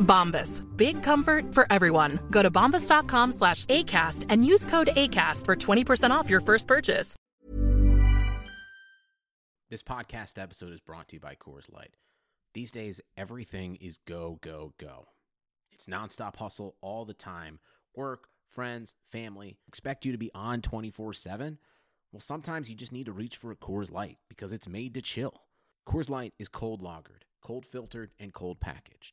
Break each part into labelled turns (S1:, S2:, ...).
S1: Bombas. Big comfort for everyone. Go to bombas.com slash ACAST and use code ACAST for 20% off your first purchase.
S2: This podcast episode is brought to you by Coors Light. These days, everything is go, go, go. It's nonstop hustle all the time. Work, friends, family expect you to be on 24 7. Well, sometimes you just need to reach for a Coors Light because it's made to chill. Coors Light is cold lagered, cold filtered, and cold packaged.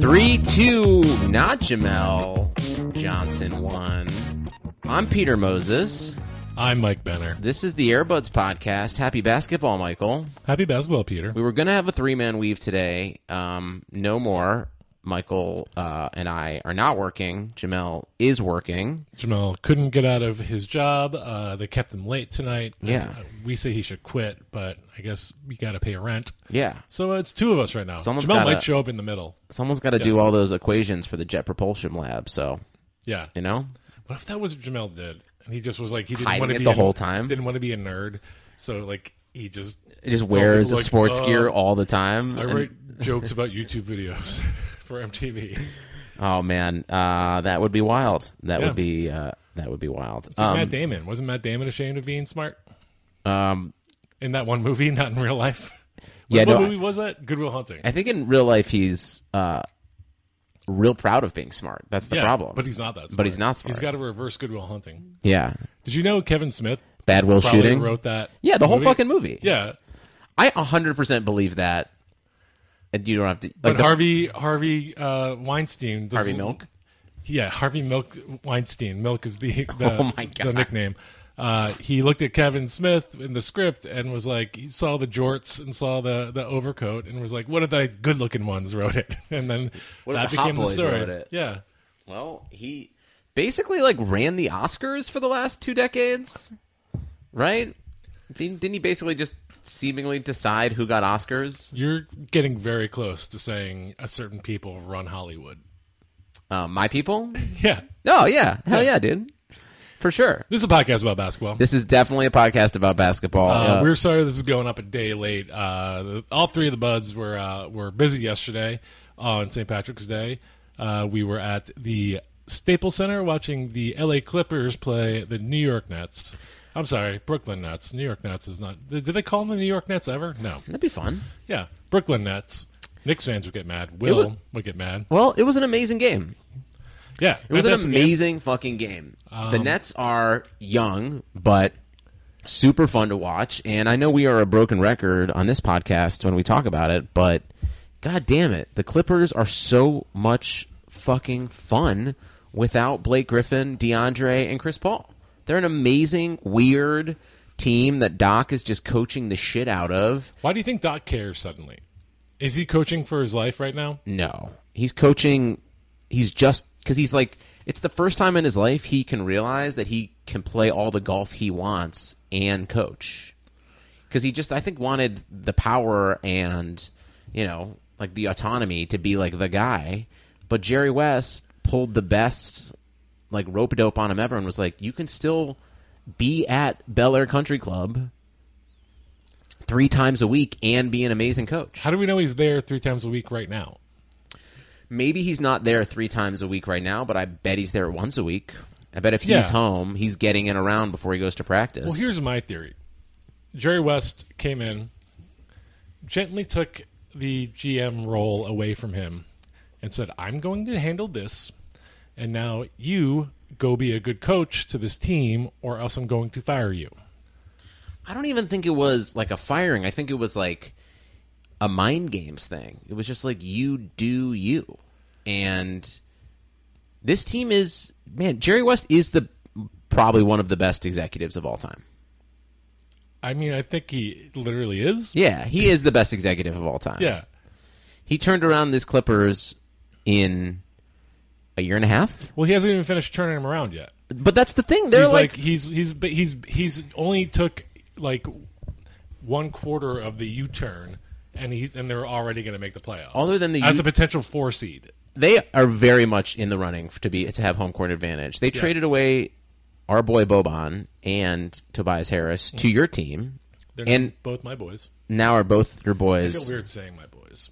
S2: Three, two, not Jamel Johnson, one. I'm Peter Moses.
S3: I'm Mike Benner.
S2: This is the Airbuds podcast. Happy basketball, Michael.
S3: Happy basketball, Peter.
S2: We were going to have a three man weave today. Um, no more. Michael uh, and I are not working. Jamel is working.
S3: Jamal couldn't get out of his job. Uh, they kept him late tonight.
S2: Yeah.
S3: Uh, we say he should quit, but I guess we got to pay rent.
S2: Yeah.
S3: So it's two of us right now.
S2: Someone's
S3: Jamal
S2: gotta-
S3: might show up in the middle.
S2: Someone's got to do all those equations for the Jet Propulsion Lab. So,
S3: Yeah.
S2: you know,
S3: What if that was what Jamal did? And he just was like, he didn't
S2: Hiding
S3: want
S2: it
S3: to be
S2: the
S3: a-
S2: whole time?
S3: Didn't want to be a nerd. So, like, he just.
S2: it just
S3: told
S2: wears
S3: people,
S2: a
S3: like,
S2: sports
S3: "Uh,
S2: gear all the time.
S3: I
S2: and-
S3: write jokes about YouTube videos for MTV.
S2: oh, man. Uh, that would be wild. That
S3: Yeah.
S2: would be. Uh, that would be wild.
S3: It's like Matt Damon. Wasn't Matt Damon ashamed of being smart
S2: um,
S3: in that one movie, not in real life?
S2: Yeah,
S3: what
S2: no, I-
S3: movie was that? Goodwill Hunting.
S2: I think in real life he's uh, real proud of being smart. That's the
S3: Yeah,
S2: problem.
S3: But he's not that smart.
S2: But he's not smart.
S3: He's got a reverse Goodwill Hunting.
S2: yeah,
S3: Did you know Kevin Smith
S2: bad will
S3: probably
S2: shooting.
S3: wrote that?
S2: yeah, the whole fucking movie.
S3: Yeah,
S2: I 100% believe that. And you don't have to. Like
S3: but
S2: the-
S3: Harvey Harvey uh, Weinstein. does-
S2: Harvey Milk?
S3: Yeah, Harvey Milk Weinstein. Milk is the the,
S2: Oh my
S3: the
S2: God.
S3: nickname. Uh, he looked at Kevin Smith in the script and was like, he saw the jorts and saw the, the overcoat and was like, one of the good looking ones wrote it. And then
S2: One of
S3: that
S2: the hot
S3: became the
S2: boys
S3: story.
S2: wrote it.
S3: Yeah.
S2: Well, he basically like ran the Oscars for the last two decades, right? Didn't didn't he basically just seemingly decide who got Oscars?
S3: You're getting very close to saying a certain people run Hollywood.
S2: Uh, my people?
S3: Yeah.
S2: Oh, yeah. Hell yeah, dude. For sure.
S3: This is a podcast about basketball.
S2: This is definitely a podcast about basketball.
S3: Uh,
S2: Uh,
S3: we're sorry this is going up a day late. Uh, the, all three of the buds were uh, were busy yesterday on St. Patrick's Day. Uh, we were at the Staples Center watching the LA Clippers play the New York Nets. I'm sorry, Brooklyn Nets. New York Nets is not. Did they call them the New York Nets ever? No.
S2: that'd be fun.
S3: Yeah, Brooklyn Nets. Knicks fans would get mad.
S2: It
S3: Will
S2: was-
S3: would get mad.
S2: Well, it was an amazing game.
S3: Yeah,
S2: It was an
S3: fantastic game.
S2: amazing fucking game. the Nets are young, but super fun to watch. And I know we are a broken record on this podcast when we talk about it, but god damn it, the Clippers are so much fucking fun without Blake Griffin, DeAndre, and Chris Paul. They're an amazing, weird team that Doc is just coaching the shit out of.
S3: Why do you think Doc cares suddenly? Is he coaching for his life right now?
S2: No, he's coaching. He's just because he's like it's the first time in his life he can realize that he can play all the golf he wants and coach. Because he just, I think, wanted the power and you know, like the autonomy to be like the guy. But Jerry West pulled the best like rope a dope on him ever and was like, you can still be at Bel Air Country Club three times a week and be an amazing coach.
S3: How do we know he's there three times a week right now?
S2: Maybe he's not there three times a week right now, but I bet he's there once a week. I bet if he's
S3: Yeah.
S2: home, he's getting in around before he goes to practice.
S3: Well, here's my theory. Jerry West came in, gently took the GM role away from him, and said, "I'm going to handle this, and now you go be a good coach to this team, or else I'm going to fire you."
S2: I don't even think it was like a firing. I think it was like a mind games thing. It was just like you do you. And this team is man, Jerry West is the probably one of the best executives of all time.
S3: I mean, I think he literally is.
S2: Yeah, he is the best executive of all time.
S3: Yeah.
S2: He turned around this Clippers in a year and a half.
S3: Well, he hasn't even finished turning him around yet.
S2: But that's the thing. They're
S3: he's
S2: like,
S3: like, he's he's but he's he's only took like one quarter of the U turn, and he's and they're already going to make the playoffs.
S2: Other than the
S3: as
S2: U-
S3: a potential four seed,
S2: they are very much in the running to be to have home court advantage. They traded away our boy Boban and Tobias Harris to your team,
S3: they're
S2: and
S3: not both my boys.
S2: now are both your
S3: I feel
S2: boys.
S3: weird saying my boys.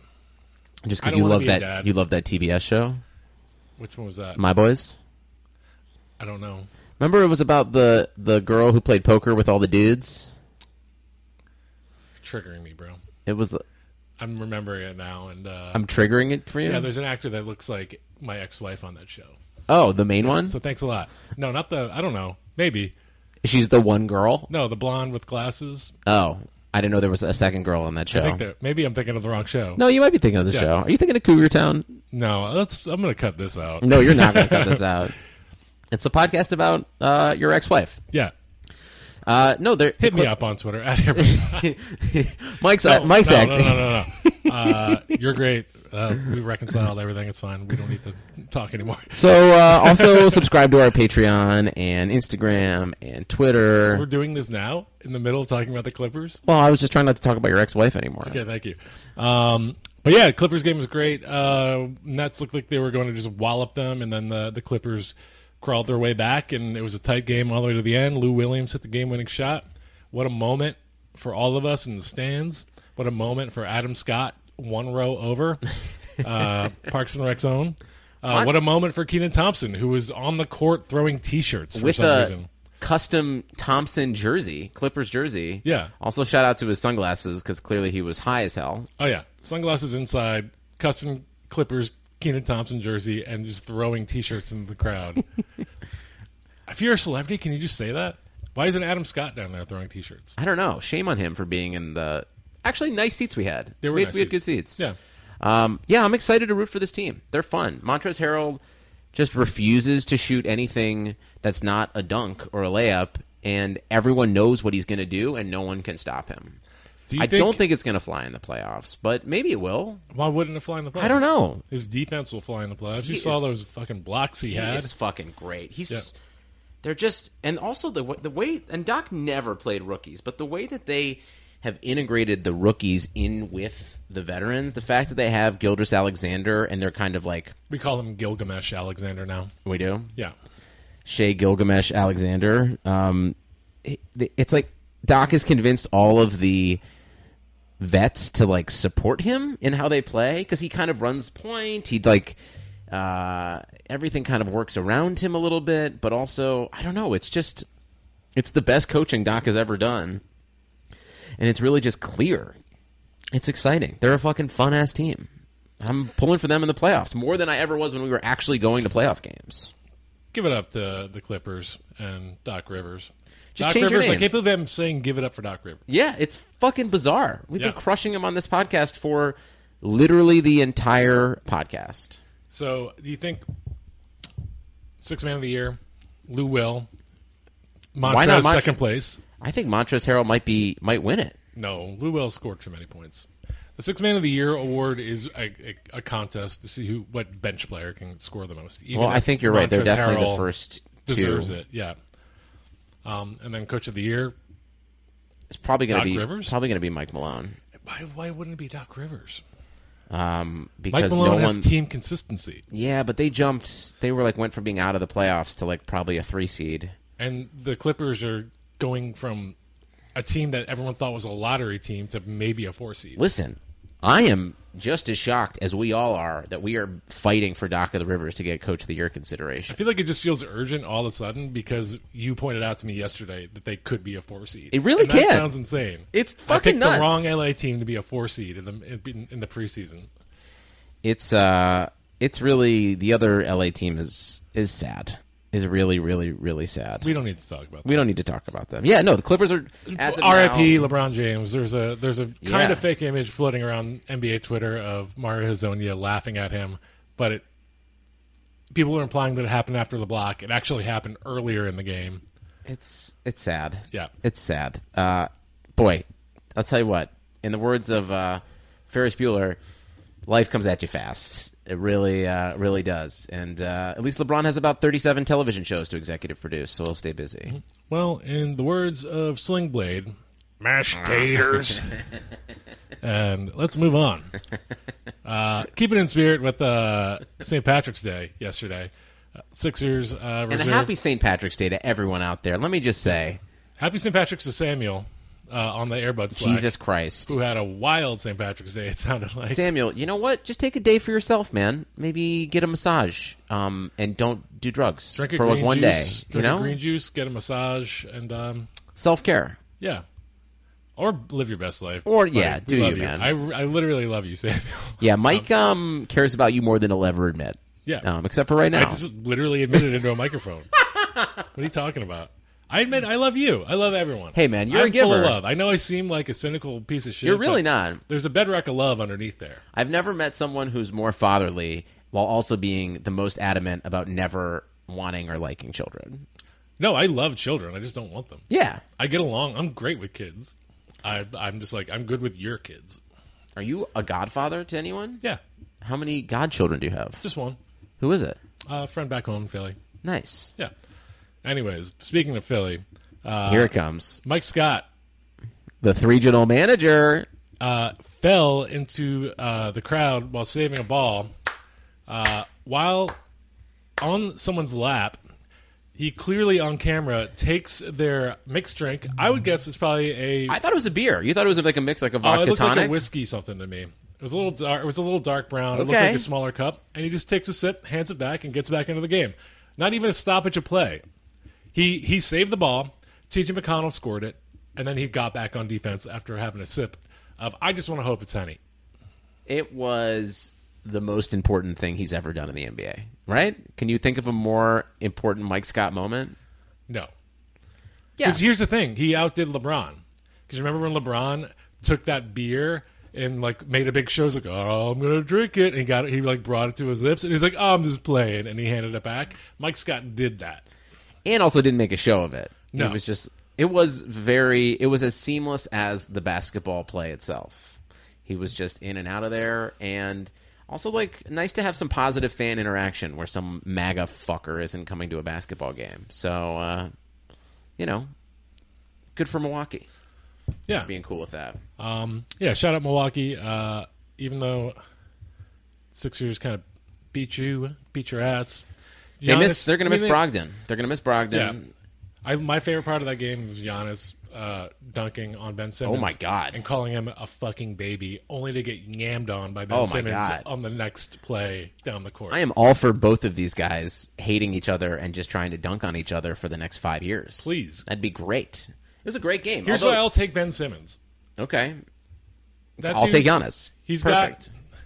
S2: Just
S3: I
S2: because
S3: don't
S2: you
S3: wanna
S2: love
S3: be a
S2: that
S3: dad.
S2: you love that TBS show,
S3: Which one was that?
S2: my boys.
S3: I don't know.
S2: Remember, it was about the the girl who played poker with all the dudes.
S3: Triggering me, bro.
S2: It was
S3: I'm remembering it now, and uh,
S2: I'm triggering it for you.
S3: yeah, there's an actor that looks like my ex-wife on that show.
S2: oh, the main one.
S3: So thanks a lot. No, not the. I don't know. Maybe
S2: She's the one girl.
S3: no, the blonde with glasses.
S2: Oh, I didn't know there was a second girl on that show.
S3: I think that maybe I'm thinking of the wrong show.
S2: no, you might be thinking of the show. Are you thinking of Cougar Town?
S3: no let's. I'm gonna cut this out.
S2: No, you're not going to cut this out. It's a podcast about uh, your ex-wife.
S3: Yeah.
S2: Uh, no, they're
S3: Hit me up on Twitter at every.
S2: Mike's
S3: No,
S2: uh, Mike's
S3: no,
S2: acting.
S3: No, no, no, no. Uh, you're great. Uh, we reconciled everything. It's fine. We don't need to talk anymore.
S2: So uh, also subscribe to our Patreon and Instagram and
S3: We're
S2: Twitter.
S3: doing this now in the middle of talking about the Clippers.
S2: Well, I was just trying not to talk about your ex-wife anymore.
S3: Okay, thank you. Um, but yeah, Clippers game was great. Uh, Nets looked like they were going to just wallop them, and then the the Clippers crawled their way back, and it was a tight game all the way to the end. Lou Williams hit the game winning shot. What a moment for all of us in the stands. What a moment for Adam Scott, one row over, uh, Parks and Rec zone. Uh, what a moment for Keenan Thompson, who was on the court throwing T-shirts for
S2: With
S3: some
S2: a
S3: reason.
S2: custom Thompson jersey, Clippers jersey.
S3: Yeah.
S2: Also shout out to his sunglasses because clearly he was high as hell.
S3: Oh yeah, sunglasses inside, custom Clippers, Keenan Thompson jersey, and just throwing T-shirts into the crowd. if you're a celebrity, can you just say that? Why isn't Adam Scott down there throwing T-shirts?
S2: I don't know. Shame on him for being in the actually nice seats we had.
S3: They were
S2: we,
S3: nice
S2: we had good seats.
S3: Yeah,
S2: Um, yeah, I'm excited to root for this team. They're fun. Montrezl Harrell just refuses to shoot anything that's not a dunk or a layup, and everyone knows what he's going to do, and no one can stop him.
S3: Do you
S2: I don't think it's going to fly in the playoffs, but maybe it will.
S3: Why wouldn't it fly in the playoffs?
S2: I don't know.
S3: His defense will fly in the playoffs. You
S2: He
S3: saw
S2: is-
S3: those fucking blocks he,
S2: He
S3: had.
S2: is fucking great. He's they're just and also the wa- the way and Doc never played rookies, but the way that they have integrated the rookies in with the veterans, the fact that they have Gilders Alexander and they're kind of like
S3: we call him Gilgamesh Alexander now.
S2: we do.
S3: Yeah,
S2: Shea Gilgamesh Alexander. Um, it- it's like Doc has convinced all of the vets to like support him in how they play because he kind of runs point. He like uh, everything kind of works around him a little bit, but also I don't know. It's just it's the best coaching Doc has ever done, and it's really just clear. It's exciting. They're a fucking fun ass team. I'm pulling for them in the playoffs more than I ever was when we were actually going to playoff games.
S3: give it up to the Clippers and Doc Rivers.
S2: Just
S3: Doc
S2: change your
S3: Rivers. I
S2: names.
S3: can't believe I'm saying give it up for Doc Rivers.
S2: Yeah, it's fucking bizarre. We've
S3: Yeah.
S2: been crushing him on this podcast for literally the entire podcast.
S3: So, do you think six man of the year, Lou Will,
S2: Why not
S3: Montrez
S2: Montrez?
S3: second place?
S2: I think Montrezl Harrell might be might win it.
S3: No, Lou Will scored too many points. The six man of the year award is a, a, a contest to see who what bench player can score the most. Even
S2: Well, I
S3: if
S2: think you're right. They're
S3: Montrezl
S2: definitely
S3: Harrell
S2: the first two.
S3: deserves it. Yeah. Um, and then coach of the year.
S2: It's probably going
S3: Doc
S2: to be
S3: Rivers?
S2: probably going to be Mike Malone.
S3: Why, why wouldn't it be Doc Rivers?
S2: Um,
S3: Mike
S2: because
S3: Malone
S2: no
S3: has
S2: one.
S3: team consistency,
S2: yeah, but they jumped. They were like went from being out of the playoffs to like probably a three seed.
S3: and the Clippers are going from a team that everyone thought was a lottery team to maybe a four seed.
S2: Listen, I am just as shocked as we all are that we are fighting for Doc of the Rivers to get Coach of the Year
S3: I
S2: consideration.
S3: feel like it just feels urgent all of a sudden because you pointed out to me yesterday that they could be a four seed.
S2: It really
S3: And that
S2: can.
S3: sounds insane.
S2: It's
S3: I
S2: fucking
S3: picked
S2: nuts.
S3: the wrong LA team to be a four seed in the in, in the preseason.
S2: It's uh, it's really the other LA team is is sad. Is really really really sad.
S3: We don't need to talk about that.
S2: We don't need to talk about them. Yeah, no, the Clippers are as of
S3: R.I.P.
S2: now-
S3: LeBron James. There's a there's a kind
S2: Yeah.
S3: of fake image floating around NBA Twitter of Mario Hazonia laughing at him, but it people are implying that it happened after the block. It actually happened earlier in the game.
S2: It's it's sad.
S3: Yeah.
S2: it's sad. Uh, boy, I'll tell you what. In the words of uh, Ferris Bueller, life comes at you fast. It really, uh, really does. And uh, at least LeBron has about thirty-seven television shows to executive produce, so he'll stay busy.
S3: Mm-hmm. Well, in the words of Sling Blade, mashed taters. and let's move on. Uh, keep it in spirit with uh, St. Patrick's Day yesterday. Uh, Sixers uh,
S2: And
S3: reserve.
S2: a happy St. Patrick's Day to everyone out there. Let me just say,
S3: Happy St. Patrick's to Samuel uh, on the Airbud Slack,
S2: Jesus Christ,
S3: who had a wild St. Patrick's Day. It sounded like
S2: Samuel, you know what? Just take a day for yourself, man. Maybe get a massage, um, and don't do drugs
S3: drink a
S2: for
S3: green
S2: like one
S3: juice,
S2: day.
S3: drink
S2: you
S3: a
S2: know,
S3: green juice, get a massage, and um,
S2: self care.
S3: yeah, or live your best life.
S2: Or,
S3: buddy.
S2: yeah,
S3: We
S2: do
S3: love
S2: you, man.
S3: I, I literally love you, Samuel.
S2: Yeah, Mike um, cares about you more than he'll ever admit.
S3: Yeah.
S2: Um, except for right
S3: I
S2: now.
S3: just literally admitted into a microphone. what are you talking about? I admit I love you. I love everyone.
S2: Hey, man, you're a
S3: I'm full of
S2: giver.
S3: love. I know I seem like a cynical piece of shit.
S2: You're really
S3: but
S2: not.
S3: There's a bedrock of love underneath there.
S2: I've never met someone who's more fatherly while also being the most adamant about never wanting or liking children.
S3: No, I love children. I just don't want them.
S2: Yeah.
S3: I get along. I'm great with kids. I, I'm just like I'm good with your kids.
S2: Are you a godfather to anyone?
S3: Yeah,
S2: How many godchildren do you have?
S3: just one
S2: Who is it?
S3: uh, friend back home in Philly.
S2: Nice.
S3: Yeah. Anyways, speaking of Philly, Uh,
S2: Here it comes.
S3: Mike Scott
S2: The three general manager.
S3: uh, fell into uh, the crowd while saving a ball. Uh, while on someone's lap, he clearly on camera takes their mixed drink. I would guess it's probably a
S2: I thought it was a beer. You thought it was like a mix, like a
S3: uh, it
S2: vodka
S3: looked
S2: tonic.
S3: like a whiskey something to me. It was a little dark. It was a little dark brown. It looked
S2: Okay.
S3: like a smaller cup, and he just takes a sip, hands it back, and gets back into the game. Not even a stoppage of play. He he saved the ball. T.J. McConnell scored it, and then he got back on defense after having a sip of. I just want to hope it's honey.
S2: it was the most important thing he's ever done in the NBA. Right? Can you think of a more important Mike Scott moment?
S3: No,
S2: Yeah.
S3: Because here's the thing: he outdid LeBron. Because remember when LeBron took that beer and like made a big show, he's like, "Oh, I'm gonna drink it," and he got it. He like brought it to his lips, and he's like, oh, "I'm just playing," and he handed it back. Mike Scott did that.
S2: and also didn't make a show of it.
S3: No.
S2: It was just it was very it was as seamless as the basketball play itself. He was just in and out of there and also like nice to have some positive fan interaction where some MAGA fucker isn't coming to a basketball game. So uh you know, good for Milwaukee
S3: Yeah,
S2: being cool with that.
S3: um, yeah. Shout out Milwaukee. Uh, even though Sixers kind of beat you, beat your ass.
S2: They miss,
S3: Giannis-
S2: they're going to
S3: I
S2: miss
S3: mean, they-
S2: Brogdon. They're going to miss Brogdon.
S3: Yeah. Um, I, my favorite part of that game was Giannis uh, dunking on Ben Simmons.
S2: Oh, my God.
S3: And calling him a fucking baby, only to get yammed on by Ben
S2: Oh, my
S3: Simmons
S2: God.
S3: on the next play down the court.
S2: I am all for both of these guys hating each other and just trying to dunk on each other for the next five years.
S3: Please.
S2: that'd be great. It was a great game.
S3: Here's why
S2: although-
S3: I'll take Ben Simmons.
S2: okay.
S3: That
S2: I'll
S3: dude-
S2: take Giannis.
S3: He's
S2: Perfect.
S3: got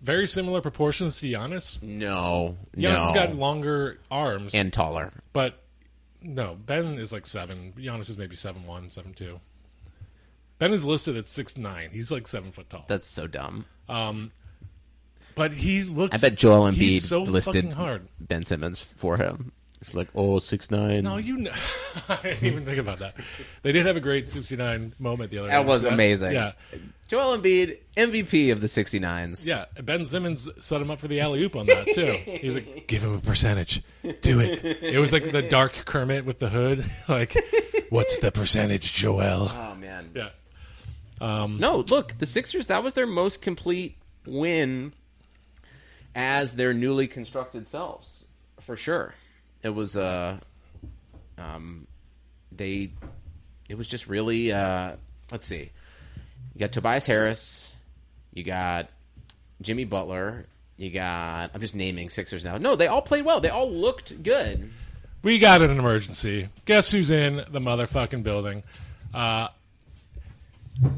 S3: very similar proportions to Giannis.
S2: no,
S3: Giannis has
S2: no,
S3: got longer arms,
S2: and taller.
S3: but no, Ben is like seven. Giannis is maybe seven one, seven two. Ben is listed at six nine. He's like seven foot tall.
S2: That's so dumb.
S3: But he's looks.
S2: I bet Joel Embiid
S3: he's so
S2: listed
S3: fucking hard.
S2: Ben Simmons for him. It's like, oh, six nine.
S3: No, you. Know, I didn't even think about that. They did have a great '69 moment the other.
S2: That
S3: day,
S2: was
S3: so
S2: amazing.
S3: Yeah,
S2: Joel Embiid, MVP of the 69s.
S3: yeah. Ben Simmons set him up for the alley oop on that too. He's like, "Give him a percentage. Do it." It was like the dark Kermit with the hood. Like, what's the percentage, Joel?
S2: Oh man.
S3: Yeah.
S2: No, look, the Sixers. That was their most complete win as their newly constructed selves, for sure. It was uh, um, they, it was just really uh, let's see, you got Tobias Harris, you got Jimmy Butler, you got I'm just naming Sixers now. No, they all played well. They all looked good.
S3: We got an emergency. Guess who's in the motherfucking building? Uh,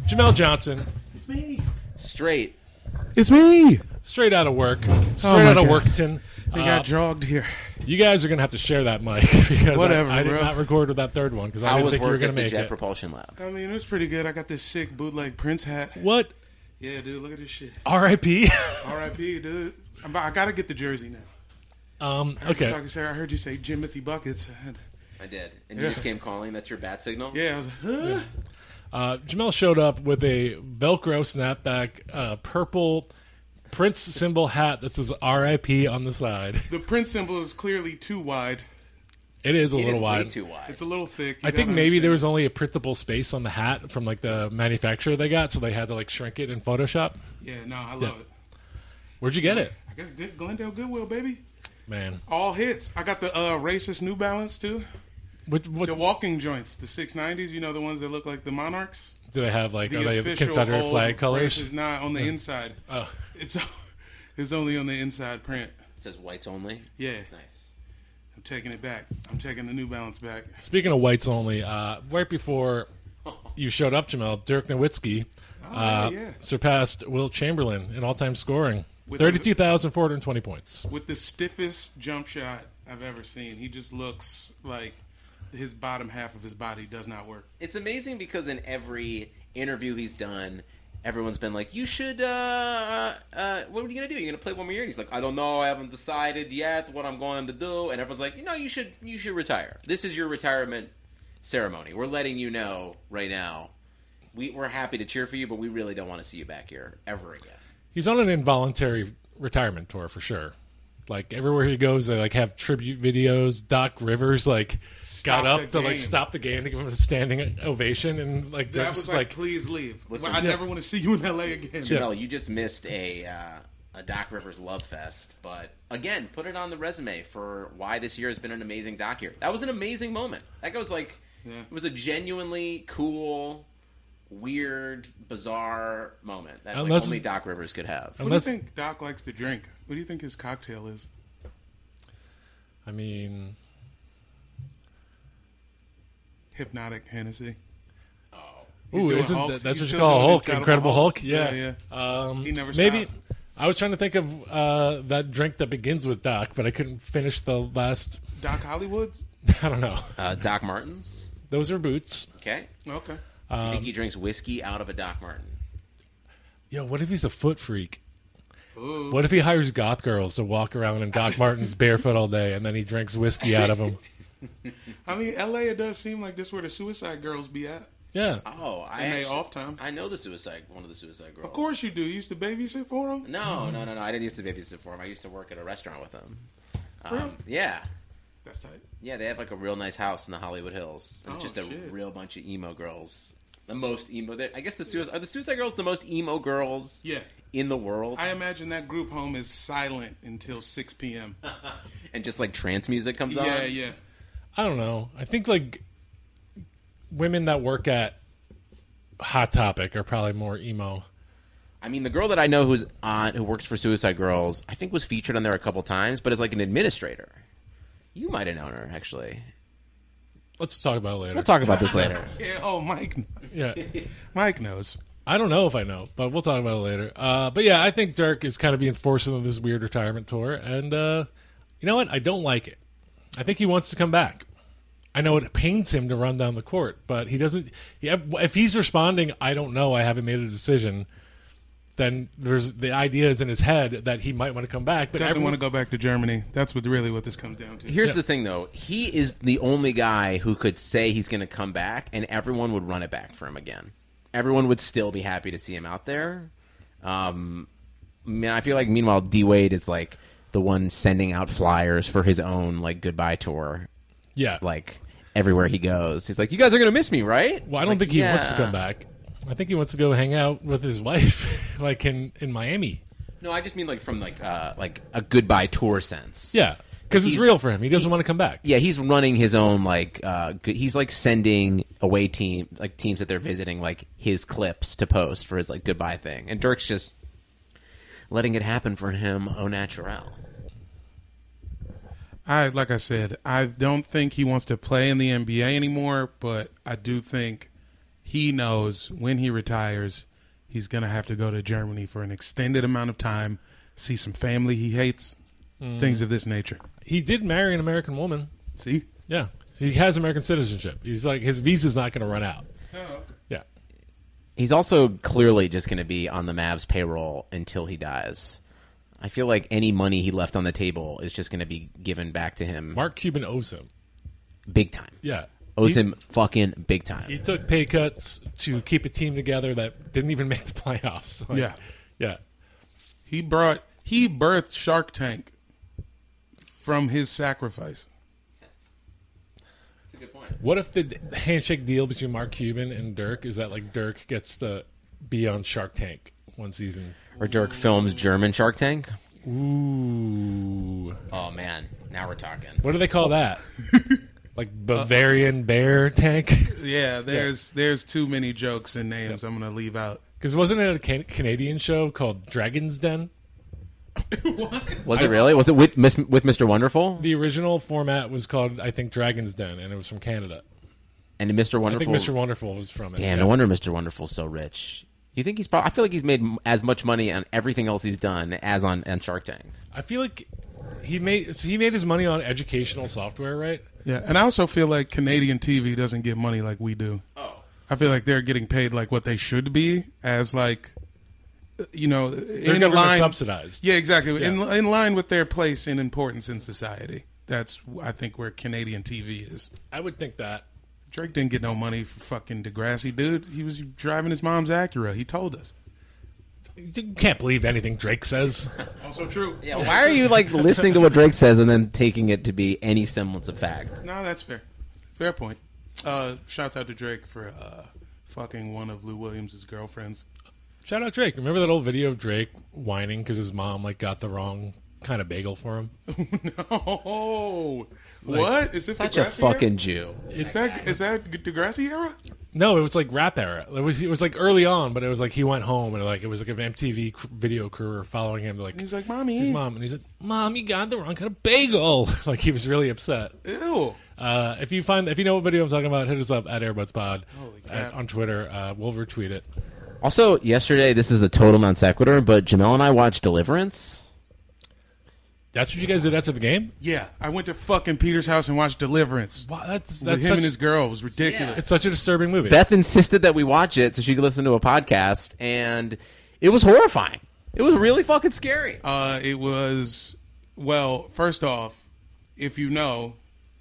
S3: Jamel Johnson,
S2: Straight.
S4: It's me.
S3: straight out of work, straight
S4: Oh my
S3: out of
S4: God.
S3: Workton.
S4: We
S3: Uh,
S4: got jogged here.
S3: You guys are gonna have to share that mic because
S4: Whatever,
S3: I, I did
S4: bro.
S3: not record with that third one because I,
S2: I
S3: didn't
S2: was
S3: think you were
S2: working
S3: gonna
S2: at the
S3: make
S2: Jet
S3: it.
S2: Propulsion Lab.
S4: I mean, it was pretty good. I got this sick bootleg Prince hat.
S3: what?
S4: Yeah, dude, look at this shit.
S3: R.I.P.
S4: R.I.P., dude. I'm about, I gotta get the jersey now.
S3: um.
S4: I heard you
S3: Okay.
S4: talking, Sarah. I heard you say Jimothy Buckets.
S2: I did, and you
S4: Yeah.
S2: just came calling. That's your bat signal.
S4: Yeah, I was like, huh?
S3: Uh, Jamel showed up with a Velcro snapback, uh, purple Prince symbol hat that says R.I.P. on the side.
S4: The Prince symbol is clearly too wide.
S3: It is a
S2: It
S3: little
S2: is way
S3: wide.
S2: too wide.
S4: It's a little thick. You
S3: I think
S4: gotta
S3: maybe there was
S4: understand.
S3: only a printable space on the hat from like the manufacturer they got, so they had to like shrink it in Photoshop.
S4: Yeah, no, I love
S3: Yeah.
S4: it.
S3: Where'd you get it,
S4: I got good Glendale Goodwill, baby.
S3: man?
S4: All hits. I got the uh, racist New Balance too.
S3: What, what
S4: The walking joints, the six nineties. You know the ones that look like the monarchs.
S3: do they have? Like,
S4: The
S3: are they
S4: official
S3: Confederate
S4: old
S3: flag colors?
S4: Racist, not on the inside.
S3: Oh.
S4: It's it's only on the inside print.
S2: It says whites only.
S4: Yeah,
S2: Nice.
S4: I'm taking it back. I'm taking the New Balance back.
S3: Speaking of whites only, uh, right before you showed up, Jamel, Dirk Nowitzki uh,
S4: Oh, yeah, yeah.
S3: surpassed Will Chamberlain in all time scoring.
S4: With-
S3: 32,420 points.
S4: with the stiffest jump shot I've ever seen. He just looks like his bottom half of his body does not work.
S2: It's amazing because in every interview he's done, everyone's been like, "You should. Uh, uh, what are you gonna do? You're gonna play one more year?" And he's like, "I don't know. I haven't decided yet what I'm going to do." And everyone's like, "You know, you should. You should retire. This is your retirement ceremony. We're letting you know right now. We, we're happy to cheer for you, but we really don't want to see you back here ever again."
S3: He's on an involuntary retirement tour for sure. Like everywhere he goes, they like have tribute videos. Doc Rivers like
S4: Stop
S3: got up to
S4: the
S3: like
S4: game.
S3: stop the game to give him a standing ovation, and like Dirk
S4: That
S3: was
S4: was
S3: just,
S4: like,
S3: like,
S4: please leave.
S2: Listen,
S4: I
S2: yeah.
S4: never want to see you in LA again.
S2: Jamel, you just missed a uh, a Doc Rivers love fest, but again, put it on the resume for why this year has been an amazing Doc year. That was an amazing moment. That was like it was a genuinely cool, weird, bizarre moment
S4: Uh,
S2: that like,
S3: Unless-
S2: only Doc Rivers could have.
S4: What
S3: unless
S4: do you think Doc likes to drink? What do you think his cocktail is?
S3: I mean,
S4: Hypnotic Hennessy. He's
S3: ooh,
S4: doing
S3: isn't
S4: Hulks.
S3: that, that's
S4: He's
S3: what you
S4: still
S3: call
S4: doing
S3: Hulk,
S4: Incredible
S3: Incredible
S4: Hulks.
S3: Hulk? Yeah,
S4: Yeah,
S3: Um,
S4: He never
S3: maybe.
S4: stopped.
S3: I was trying to think of uh, that drink that begins with Doc, but I couldn't finish the last.
S4: Doc Hollywood's?
S3: I don't know.
S2: Uh, Doc Martens,
S3: Those are boots.
S2: okay.
S4: Okay.
S2: I
S4: um,
S2: think he drinks whiskey out of a Doc Martin.
S3: Yo, what if he's a foot freak? What if he hires goth girls to walk around in Doc Martens barefoot all day, and then he drinks whiskey out of them?
S4: I mean, LA, it does seem like this where the suicide girls be at.
S3: Yeah,
S2: Oh, I
S4: And they
S2: actually-
S4: off time.
S2: I know the suicide one of the suicide girls.
S4: Of course Mm-hmm. you do. You used to babysit for them?
S2: No, no, no, no. I didn't used to babysit for him. I used to work at a restaurant with him. Um, yeah.
S4: That's tight.
S2: Yeah, they have like a real nice house in the Hollywood Hills. It's
S4: Oh,
S2: just a
S4: shit.
S2: real bunch of emo girls. The most emo. they're- I guess the suicide are the Suicide Girls the most emo girls
S4: Yeah.
S2: in the world,
S4: I imagine that group home is silent until 6 p.m.
S2: and just like trance music comes on.
S4: yeah, yeah.
S3: I don't know. I think like women that work at Hot Topic are probably more emo.
S2: I mean, the girl that I know who's on who works for Suicide Girls, I think was featured on there a couple times, but is like an administrator. You might have known her actually.
S3: Let's talk about it later.
S2: We'll talk about this later.
S4: Yeah, oh, Mike.
S3: yeah,
S4: Mike knows.
S3: I don't know if I know, but we'll talk about it later. Uh, but yeah, I think Dirk is kind of being forced into this weird retirement tour, and uh, you know what? I don't like it. I think he wants to come back. I know it pains him to run down the court, but he doesn't. He, if he's responding, I don't know. I haven't made a decision. then there's the idea is in his head that he might want to come back, but
S4: Doesn't
S3: everyone-
S4: want to go back to Germany. That's what really what this comes down to.
S2: Here's the thing, though. He is the only guy who could say he's going to come back, and everyone would run it back for him again. Everyone would still be happy to see him out there. Um, I mean, I feel like meanwhile, D Wade is like the one sending out flyers for his own like goodbye tour.
S3: Yeah.
S2: like everywhere he goes, he's like, "You guys are going to miss me, right?"
S3: Well, I don't
S2: Like,
S3: think he wants to
S2: yeah.
S3: come back. I think he wants to go hang out with his wife, like in in Miami.
S2: No, I just mean like from like uh like a goodbye tour sense.
S3: Yeah, because it's
S2: He's-
S3: real for him. He doesn't want to come back.
S2: Yeah, he's running his own like uh good, he's like sending away team like teams that they're visiting like his clips to post for his like goodbye thing. And Dirk's just letting it happen for him au naturel.
S4: I like I said, I don't think he wants to play in the NBA anymore, but I do think he knows when he retires, he's gonna have to go to Germany for an extended amount of time, see some family he hates,
S3: Mm.
S4: things of this nature.
S3: He did marry an American woman.
S4: See?
S3: Yeah, so he has American citizenship. He's like his visa's not going to run out. Yeah,
S2: He's also clearly just going to be on the Mavs payroll until he dies. I feel like any money he left on the table is just going to be given back to him
S3: Mark Cuban owes him.
S2: big time.
S3: Yeah.
S2: Owes
S3: He-
S2: him fucking big time.
S3: He took pay cuts to keep a team together that didn't even make the playoffs. Like,
S4: Yeah.
S3: yeah.
S4: He brought he birthed Shark Tank from his sacrifice.
S2: That's a good point.
S3: What if the d- handshake deal between Mark Cuban and Dirk is that like Dirk gets to be on Shark Tank one season?
S2: Or Dirk films German Shark Tank.
S3: Ooh.
S2: Oh man, now we're talking.
S3: What do they call that? like Bavarian bear tank?
S4: Yeah, there's there's too many jokes and names I'm gonna leave out.
S3: Because wasn't it a can- Canadian show called Dragon's Den?
S2: Was it really? Was it with Miss- with Mr. Wonderful?
S3: The original format was called, I think, Dragon's Den, and it was from Canada.
S2: And Mr. Wonderful.
S3: I think Mr. Wonderful was from it.
S2: Damn, no wonder Mr. Wonderful's so rich. You think he's? Pro- I feel like he's made m- as much money on everything else he's done as on, on Shark Tank.
S3: I feel like he made so he made his money on educational software, right?
S4: Yeah, and I also feel like Canadian TV doesn't get money like we do. Oh. I feel like they're getting paid like what they should be as like you know, in
S3: government
S4: line
S3: subsidized.
S4: Yeah, exactly.
S3: Yeah.
S4: In in line with their place and importance in society. That's I think where Canadian TV is.
S3: I would think that.
S4: Drake didn't get no money for fucking Degrassi, dude. He was driving his mom's Acura. He told us.
S3: You can't believe anything Drake says.
S4: Also true.
S2: Yeah, why are you like listening to what Drake says and then taking it to be any semblance of fact?
S4: No, that's fair. Fair point. Uh, shouts out to Drake for uh, fucking one of Lou Williams' girlfriends.
S3: Shout out Drake. Remember that old video of Drake whining because his mom like got the wrong kind of bagel for him?
S4: Oh, what is this?
S2: Such a
S4: Degrassi
S2: fucking
S4: era?
S2: Jew.
S4: Is that is that Degrassi era?
S3: No, it was like rap era. It was it was like early on, but it was like he went home and like it was like an MTV cr- video crew following him. Like
S4: He's like, mommy,
S3: his mom, and he's like, "Mom, you got the wrong kind of bagel." like he was really upset.
S4: ew.
S3: Uh, if you find if you know what video I'm talking about, hit us up at Airbuds Pod
S4: Holy
S3: at-
S4: crap.
S3: on Twitter. Uh, we'll retweet it.
S2: Also, yesterday this is a total non sequitur, but Jamel and I watched Deliverance.
S3: That's what you guys did after the game.
S4: Yeah, I went to fucking Peter's house and watched Deliverance
S3: Wow, that's
S4: with
S3: that's
S4: him
S3: such,
S4: and his girl. It was ridiculous.
S3: it's such a disturbing movie.
S2: Beth insisted that we watch it so she could listen to a podcast, and it was horrifying. It was really fucking scary.
S4: Uh, it was well. First off, if you know,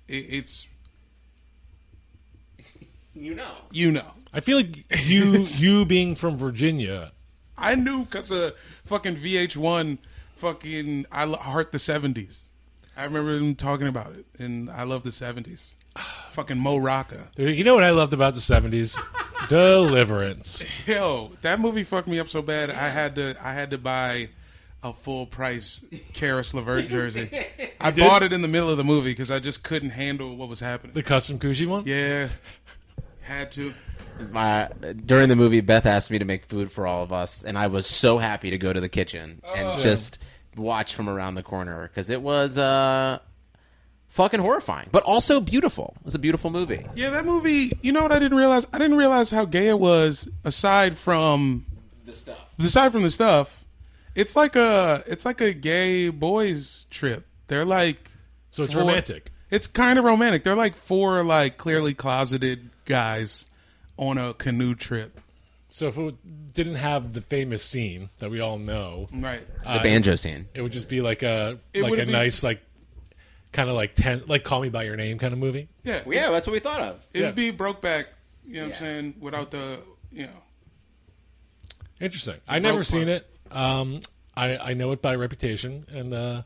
S4: it, it's
S2: you know.
S4: you know.
S3: I feel like you you being from Virginia,
S4: I knew because of fucking VH1, fucking I lo- heart the 70s. I remember them talking about it, and I love the 70s. fucking Mo Rocca.
S3: you know what I loved about the '70s, Deliverance.
S4: Yo, that movie fucked me up so bad. I had to, I had to buy a full price Karis LeVert jersey. I bought it in the middle of the movie because I just couldn't handle what was happening.
S3: The custom Kuji one.
S4: Yeah, had to.
S2: My, during the movie, Beth asked me to make food for all of us, and I was so happy to go to the kitchen and
S5: Oh.
S2: just watch from around the corner because it was uh, fucking horrifying, but also beautiful. It was a beautiful movie.
S4: Yeah, that movie. You know what I didn't realize? I didn't realize how gay it was. Aside from
S2: The stuff.
S4: aside from the stuff, it's like a it's like a gay boys trip. They're like
S3: So it's
S4: four-
S3: romantic.
S4: It's kind of romantic. They're like four like clearly closeted guys on a canoe trip.
S3: So if it didn't have the famous scene that we all know,
S4: Right.
S2: The banjo scene.
S3: it would just be like a
S4: It
S3: like
S4: would
S3: a
S4: be-
S3: nice like kind of like ten like Call Me by Your Name kind of movie.
S4: Yeah.
S5: Well, yeah, that's what we thought of.
S4: It'd
S3: Yeah.
S4: be broke back, you know what I'm saying, without the, you know.
S3: Interesting. I never
S4: Rope
S3: seen
S4: Fun.
S3: it. Um, I I know it by reputation, and uh,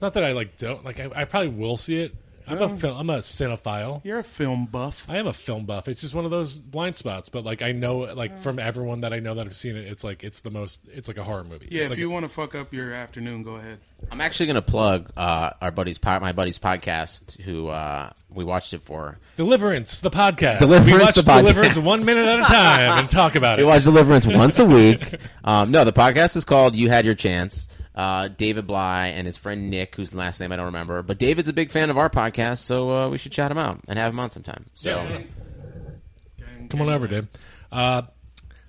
S3: not that I like don't like. I, I probably will see it. I'm a film, I'm a cinephile.
S4: You're a film buff.
S3: I am a film buff. It's just one of those blind spots. But like I know, like from everyone that I know that have seen it, it's like it's the most. It's like a horror movie.
S4: Yeah,
S3: It's
S4: if
S3: like
S4: you want to fuck up your afternoon, go ahead.
S2: I'm actually going to plug uh, our buddies, pod, my buddies podcast, who uh, we watched it for.
S3: Deliverance, the podcast.
S2: Deliverance,
S3: we watch
S2: the podcast.
S3: Deliverance one minute at a time and talk about
S2: We
S3: it.
S2: watch Deliverance once a week. Um, no, the podcast is called "You Had Your Chance." Uh, David Bly and his friend Nick, whose last name I don't remember, but David's a big fan of our podcast, so uh, we should shout him out and have him on sometime. So
S3: Come on over, dude. Uh,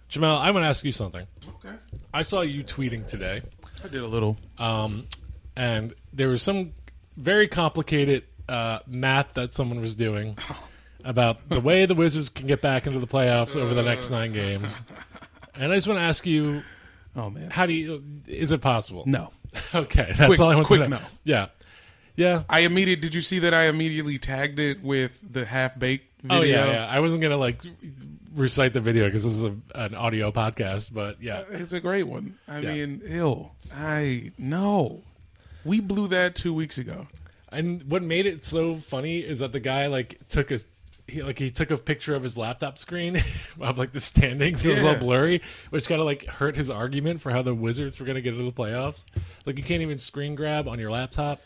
S3: Jamel, I want to ask you something.
S4: Okay.
S3: I saw you tweeting today.
S4: I did a little.
S3: um, and there was some very complicated uh, math that someone was doing about the way the Wizards can get back into the playoffs over the next nine games. And I just want to ask you,
S4: Oh, man.
S3: how do you? Is it possible?
S4: No.
S3: Okay, that's
S4: Quick-
S3: all I want
S4: quick
S3: to know.
S4: no.
S3: Yeah, yeah.
S4: I immediate. Did you see that I immediately tagged it with the half baked video?
S3: Oh yeah, yeah. I wasn't gonna like recite the video because this is a, an audio podcast, but yeah.
S4: It's a great one. I mean, ill. I know. We blew that two weeks ago.
S3: And what made it so funny is that the guy like took his he, like he took a picture of his laptop screen of like the standings. It was all
S4: Yeah.
S3: blurry, which kind of like hurt his argument for how the Wizards were going to get into the playoffs. Like you can't even screen grab on your laptop.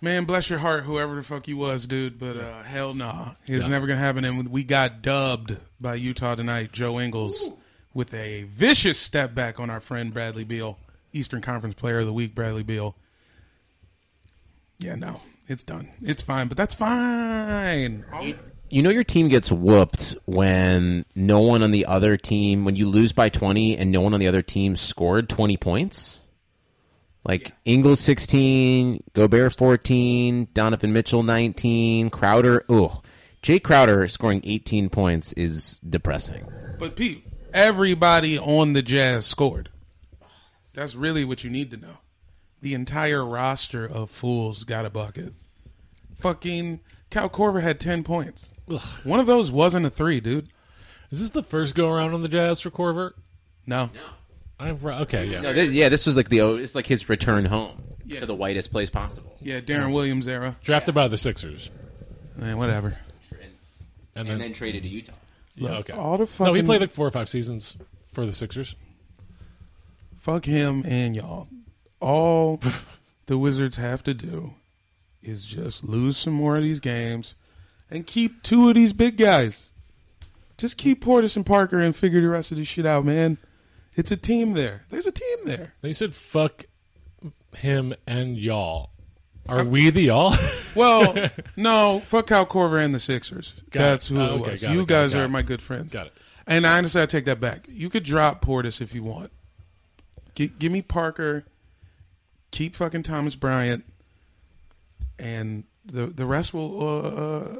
S4: Man, bless your heart, whoever the fuck you was, dude. But uh, hell nah. It's never going to happen. And we got dubbed by Utah tonight, Joe Ingles, with a vicious step back on our friend Bradley Beal, Eastern Conference Player of the Week, Bradley Beal. Yeah, no. It's done. It's fine, but that's fine.
S2: you know your team gets whooped when no one on the other team when you lose by 20 and no one on the other team scored 20 points like Ingles 16, Gobert 14, Donovan Mitchell 19, Crowder. Ooh, Jay Crowder scoring 18 points is depressing.
S4: But Pete, everybody on the Jazz scored. That's really what you need to know. The entire roster of fools got a bucket. Fucking Cal Corver had ten points. One of those wasn't a three, dude.
S3: Is this the first go around on the Jazz for Corver?
S4: No.
S3: I'm ri- okay. Yeah,
S2: No, thi- yeah, this was like the oh, it's like his return home
S4: Yeah.
S2: to the whitest place possible.
S4: Yeah, Darren Williams era.
S3: drafted by the Sixers,
S4: Man, whatever.
S3: and then,
S2: And then traded to Utah.
S3: yeah, okay.
S4: all the
S3: no, he
S4: fucking-
S3: played like four or five seasons for the Sixers.
S4: Fuck him and y'all. All the Wizards have to do is just lose some more of these games and keep two of these big guys. Just keep Portis and Parker and figure the rest of this shit out, man. It's a team there. There's a team there.
S3: They said fuck him and y'all. Are we the y'all?
S4: Well, no, fuck Cal Corver and the Sixers.
S3: Got
S4: That's
S3: it.
S4: who
S3: Oh,
S4: it
S3: okay,
S4: was.
S3: got it,
S4: you
S3: got it,
S4: guys
S3: got
S4: are
S3: it.
S4: my good friends.
S3: Got it.
S4: And I honestly, I take that back. You could drop Portis if you want. G- give me Parker. Keep fucking Thomas Bryant, and the the rest will uh,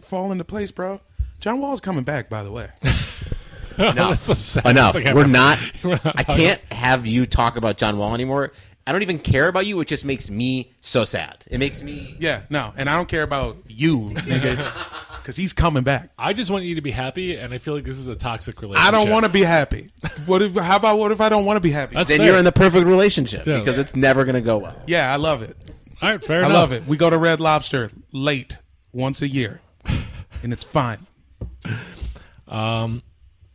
S4: fall into place, bro. John Wall's coming back, by the way.
S3: That's the saddest
S2: Enough.
S3: thing I've
S2: We're
S3: ever-
S2: not.
S3: We're not
S2: I
S3: talking
S2: can't have you talk about John Wall anymore. I don't even care about you. It just makes me so sad. It makes me.
S4: yeah, no, and I don't care about you, nigga, because he's coming back.
S3: I just want you to be happy, and I feel like this is a toxic relationship.
S4: I don't want to be happy. What if? How about what if I don't want to be happy?
S3: That's
S2: Then
S3: fair.
S2: you're in the perfect relationship
S3: Yeah.
S2: because it's never going to go well.
S4: yeah, I love it.
S3: All right, fair
S4: I
S3: enough.
S4: love it. We go to Red Lobster late once a year, and it's fine.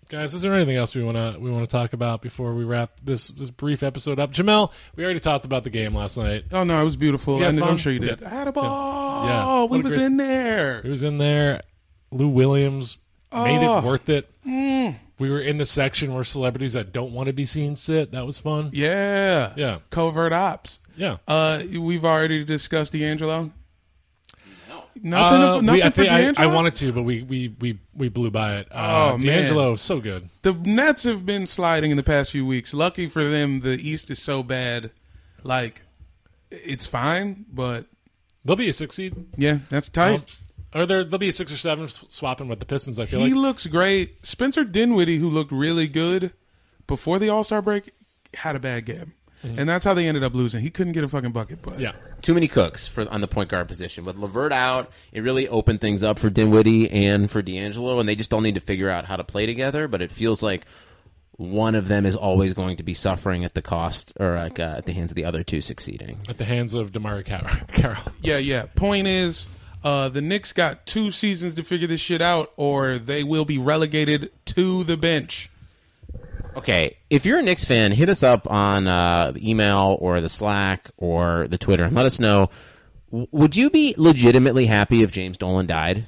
S3: guys. Is there anything else we want to we want to talk about before we wrap this this brief episode up? Jamel, we already talked about the game last night.
S4: Oh no, it was beautiful.
S3: You had
S4: And
S3: fun?
S4: I'm sure you did.
S3: Yeah.
S4: I had a ball.
S3: Yeah.
S4: Oh,
S3: What
S4: we
S3: a
S4: was
S3: great-
S4: in there.
S3: It was in there. Lou Williams made
S4: Oh.
S3: it worth it.
S4: Mm.
S3: We were in the section where celebrities that don't want to be seen sit. That was fun.
S4: Yeah.
S3: Yeah.
S4: Covert ops.
S3: Yeah.
S4: Uh, we've already discussed D'Angelo. No. Nothing.
S3: Uh,
S4: nothing
S3: we- I,
S4: for
S3: think I, I
S4: D'Angelo?
S3: wanted to, but we we we, we blew by it. Uh,
S4: Oh, man.
S3: D'Angelo, was so good.
S4: The Nets have been sliding in the past few weeks. Lucky for them, the East is so bad. Like, it's fine, but
S3: They'll be a six seed.
S4: yeah, that's tight.
S3: Um, Or there, there'll be six or seven s- swapping with the Pistons. I feel
S4: he
S3: like
S4: looks great. Spencer Dinwiddie, who looked really good before the All Star break, had a bad game, and that's how they ended up losing. He couldn't get a fucking bucket, but
S3: Mm-hmm. yeah.
S2: Too many cooks for on the point guard position. With Lavert out, it really opened things up for Dinwiddie and for D'Angelo, and they just all need to figure out how to play together. But it feels like one of them is always going to be suffering at the cost or like uh, at the hands of the other two succeeding.
S3: at the hands of Demar Car- Carroll.
S4: yeah, yeah. Point is, uh, the Knicks got two seasons to figure this shit out, or they will be relegated to the bench.
S2: Okay, if you're a Knicks fan, hit us up on uh, the email or the Slack or the Twitter and let us know. w- Would you be legitimately happy if James Dolan died?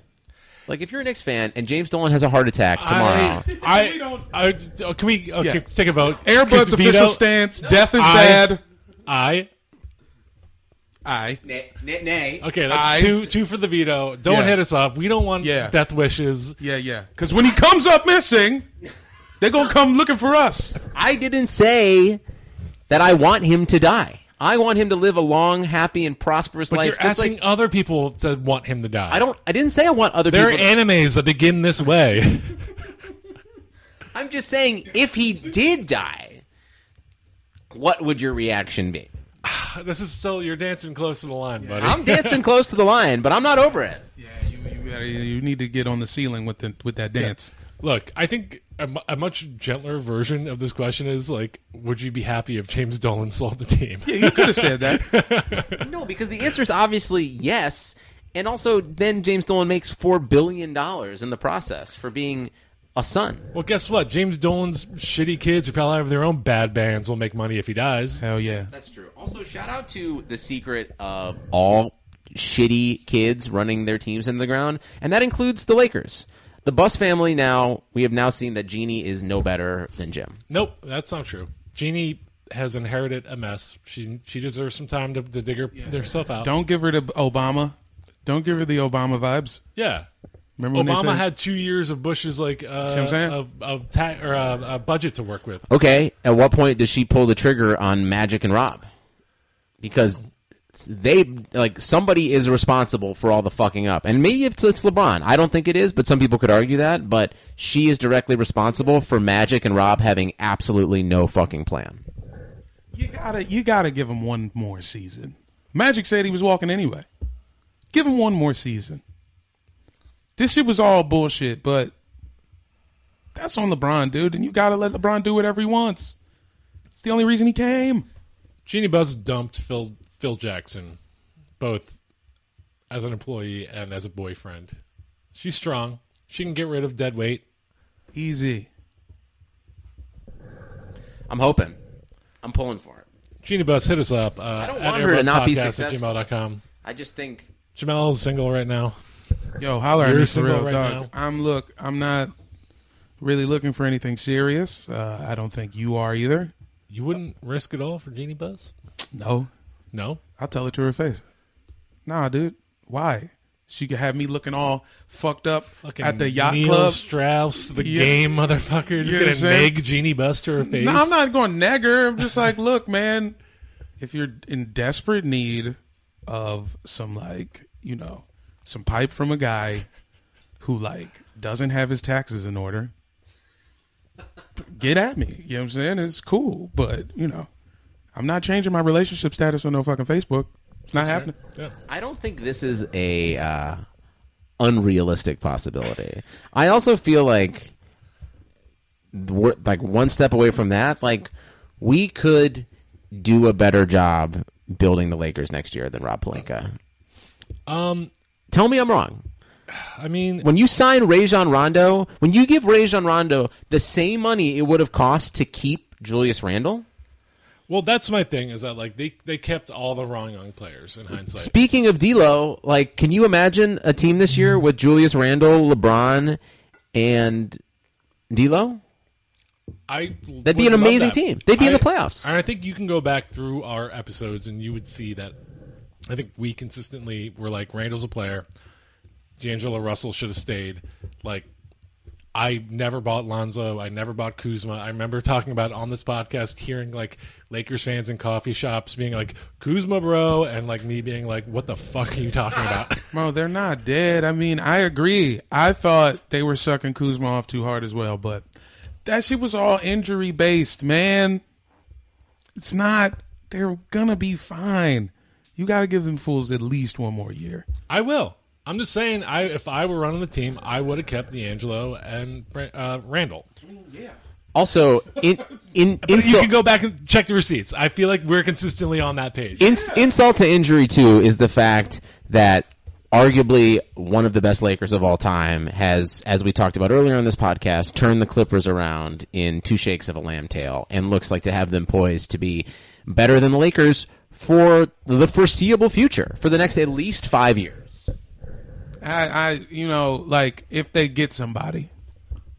S2: Like, if you're a Knicks fan and James Dolan has a heart attack tomorrow,
S3: I, I, I- can we okay,
S4: Yeah.
S3: take a vote?
S4: Airbud's
S3: Could
S4: official
S3: veto-
S4: stance: death is
S3: I-
S4: bad.
S3: I
S4: I
S2: nay, nay.
S3: okay. That's
S4: I-
S3: two two for the veto. Don't
S4: Yeah.
S3: hit us up. We don't want
S4: Yeah.
S3: death wishes.
S4: yeah, yeah. Because when he comes up missing, they're gonna come looking for us.
S2: I didn't say that I want him to die. I want him to live a long, happy, and prosperous
S3: But
S2: life.
S3: you're asking
S2: like,
S3: other people to want him to die.
S2: I don't. I didn't say I want other
S3: There are
S2: people. to-
S3: animes that begin this way.
S2: I'm just saying, if he did die, what would your reaction be?
S3: this is still you're dancing close to the line, buddy.
S2: I'm dancing close to the line, but I'm not over it.
S4: Yeah, you, you, gotta- you need to get on the ceiling with the, with that dance.
S3: Look, I think a, mu- a much gentler version of this question is like, would you be happy if James Dolan sold the team?
S4: Yeah, you could have said that.
S2: No, because the answer is obviously yes. And also, then James Dolan makes four billion dollars in the process for being a son.
S3: Well, guess what? James Dolan's shitty kids who probably have their own bad bands will make money if he dies.
S4: Hell yeah.
S2: That's true. Also, shout out to the secret of all shitty kids running their teams into the ground, and that includes the Lakers. The Bus family. Now we have now seen that Jeannie is no better than Jim.
S3: Nope, that's not true. Jeannie has inherited a mess. She she deserves some time to, to dig her, herself out.
S4: Don't give her the Obama. Don't give her the Obama vibes.
S3: Yeah.
S4: Remember when they
S3: Obama
S4: said,
S3: had two years of Bush's like uh,
S4: what I'm saying?
S3: of of ta- or uh, uh, budget to work with.
S2: Okay, at what point does she pull the trigger on Magic and Rob? Because they like somebody is responsible for all the fucking up, and maybe it's, it's LeBron. I don't think it is, but some people could argue that. But she is directly responsible for Magic and Rob having absolutely no fucking plan.
S4: you gotta you gotta give him one more season? Magic said he was walking anyway. Give him one more season. This shit was all bullshit, but that's on LeBron, dude, and you gotta let LeBron do whatever he wants. It's the only reason he came.
S3: Jeannie Buzz dumped Phil Phil Jackson, both as an employee and as a boyfriend. She's strong. She can get rid of dead weight.
S4: Easy.
S2: I'm hoping. I'm pulling for it.
S3: Jeannie Buzz, hit us up. Uh, I
S2: don't want her to not be successful.
S3: At gmail.com.
S2: I just think
S3: Jamel's single right now.
S4: Yo, holler at
S3: You're
S4: me for
S3: single
S4: real,
S3: right
S4: dog.
S3: now?
S4: I'm look. I'm not really looking for anything serious. Uh, I don't think you are either.
S3: You wouldn't risk it all for Jeannie Buzz?
S4: No,
S3: No.
S4: I'll tell it to her face. Nah, dude. Why? She could have me looking all fucked up
S3: Fucking
S4: at the yacht
S3: Neil
S4: club.
S3: Strauss, the
S4: You-
S3: game motherfucker,
S4: you know
S3: just
S4: what I'm
S3: gonna
S4: saying?
S3: nag Jeannie Buzz to her face.
S4: No, I'm not going neg her. I'm just like, look, man, if you're in desperate need of some like, you know, some pipe from a guy who like doesn't have his taxes in order, get at me. You know what I'm saying? It's cool, but you know, I'm not changing my relationship status on no fucking Facebook. It's not happening.
S3: Yeah.
S2: I don't think this is a uh, unrealistic possibility. I also feel like we're like one step away from that. Like we could do a better job building the Lakers next year than Rob Palenka.
S3: Um,
S2: Tell me I'm wrong.
S3: I mean,
S2: When you sign Rajon Rondo, when you give Rajon Rondo the same money it would have cost to keep Julius Randle.
S3: well, that's my thing is that like they they kept all the wrong young players in hindsight.
S2: Speaking of D'Lo, like, can you imagine a team this year with Julius Randle, LeBron, and D'Lo?
S3: I
S2: That'd be an
S3: would love
S2: amazing
S3: that.
S2: team. They'd be in
S3: I-
S2: the playoffs.
S3: And I think you can go back through our episodes and you would see that. I think we consistently were like Randall's a player. D'Angelo Russell should have stayed. Like I never bought Lonzo. I never bought Kuzma. I remember talking about it on this podcast, hearing like Lakers fans in coffee shops being like Kuzma, bro, and like me being like, "What the fuck are you talking about?"
S4: Bro, they're not dead. I mean, I agree. I thought they were sucking Kuzma off too hard as well, but that shit was all injury based, man. It's not. They're gonna be fine. You got to give them fools at least one more year.
S3: I will. I'm just saying, I if I were running the team, I would have kept D'Angelo and uh, Randall.
S2: Also, in in
S3: But you
S2: insult
S3: can go back and check the receipts. I feel like we're consistently on that page.
S2: ins- insult to injury too is the fact that arguably one of the best Lakers of all time has, as we talked about earlier on this podcast, turned the Clippers around in two shakes of a lamb tail, and looks like to have them poised to be better than the Lakers for the foreseeable future, for the next at least five years.
S4: I, I, you know, like if they get somebody,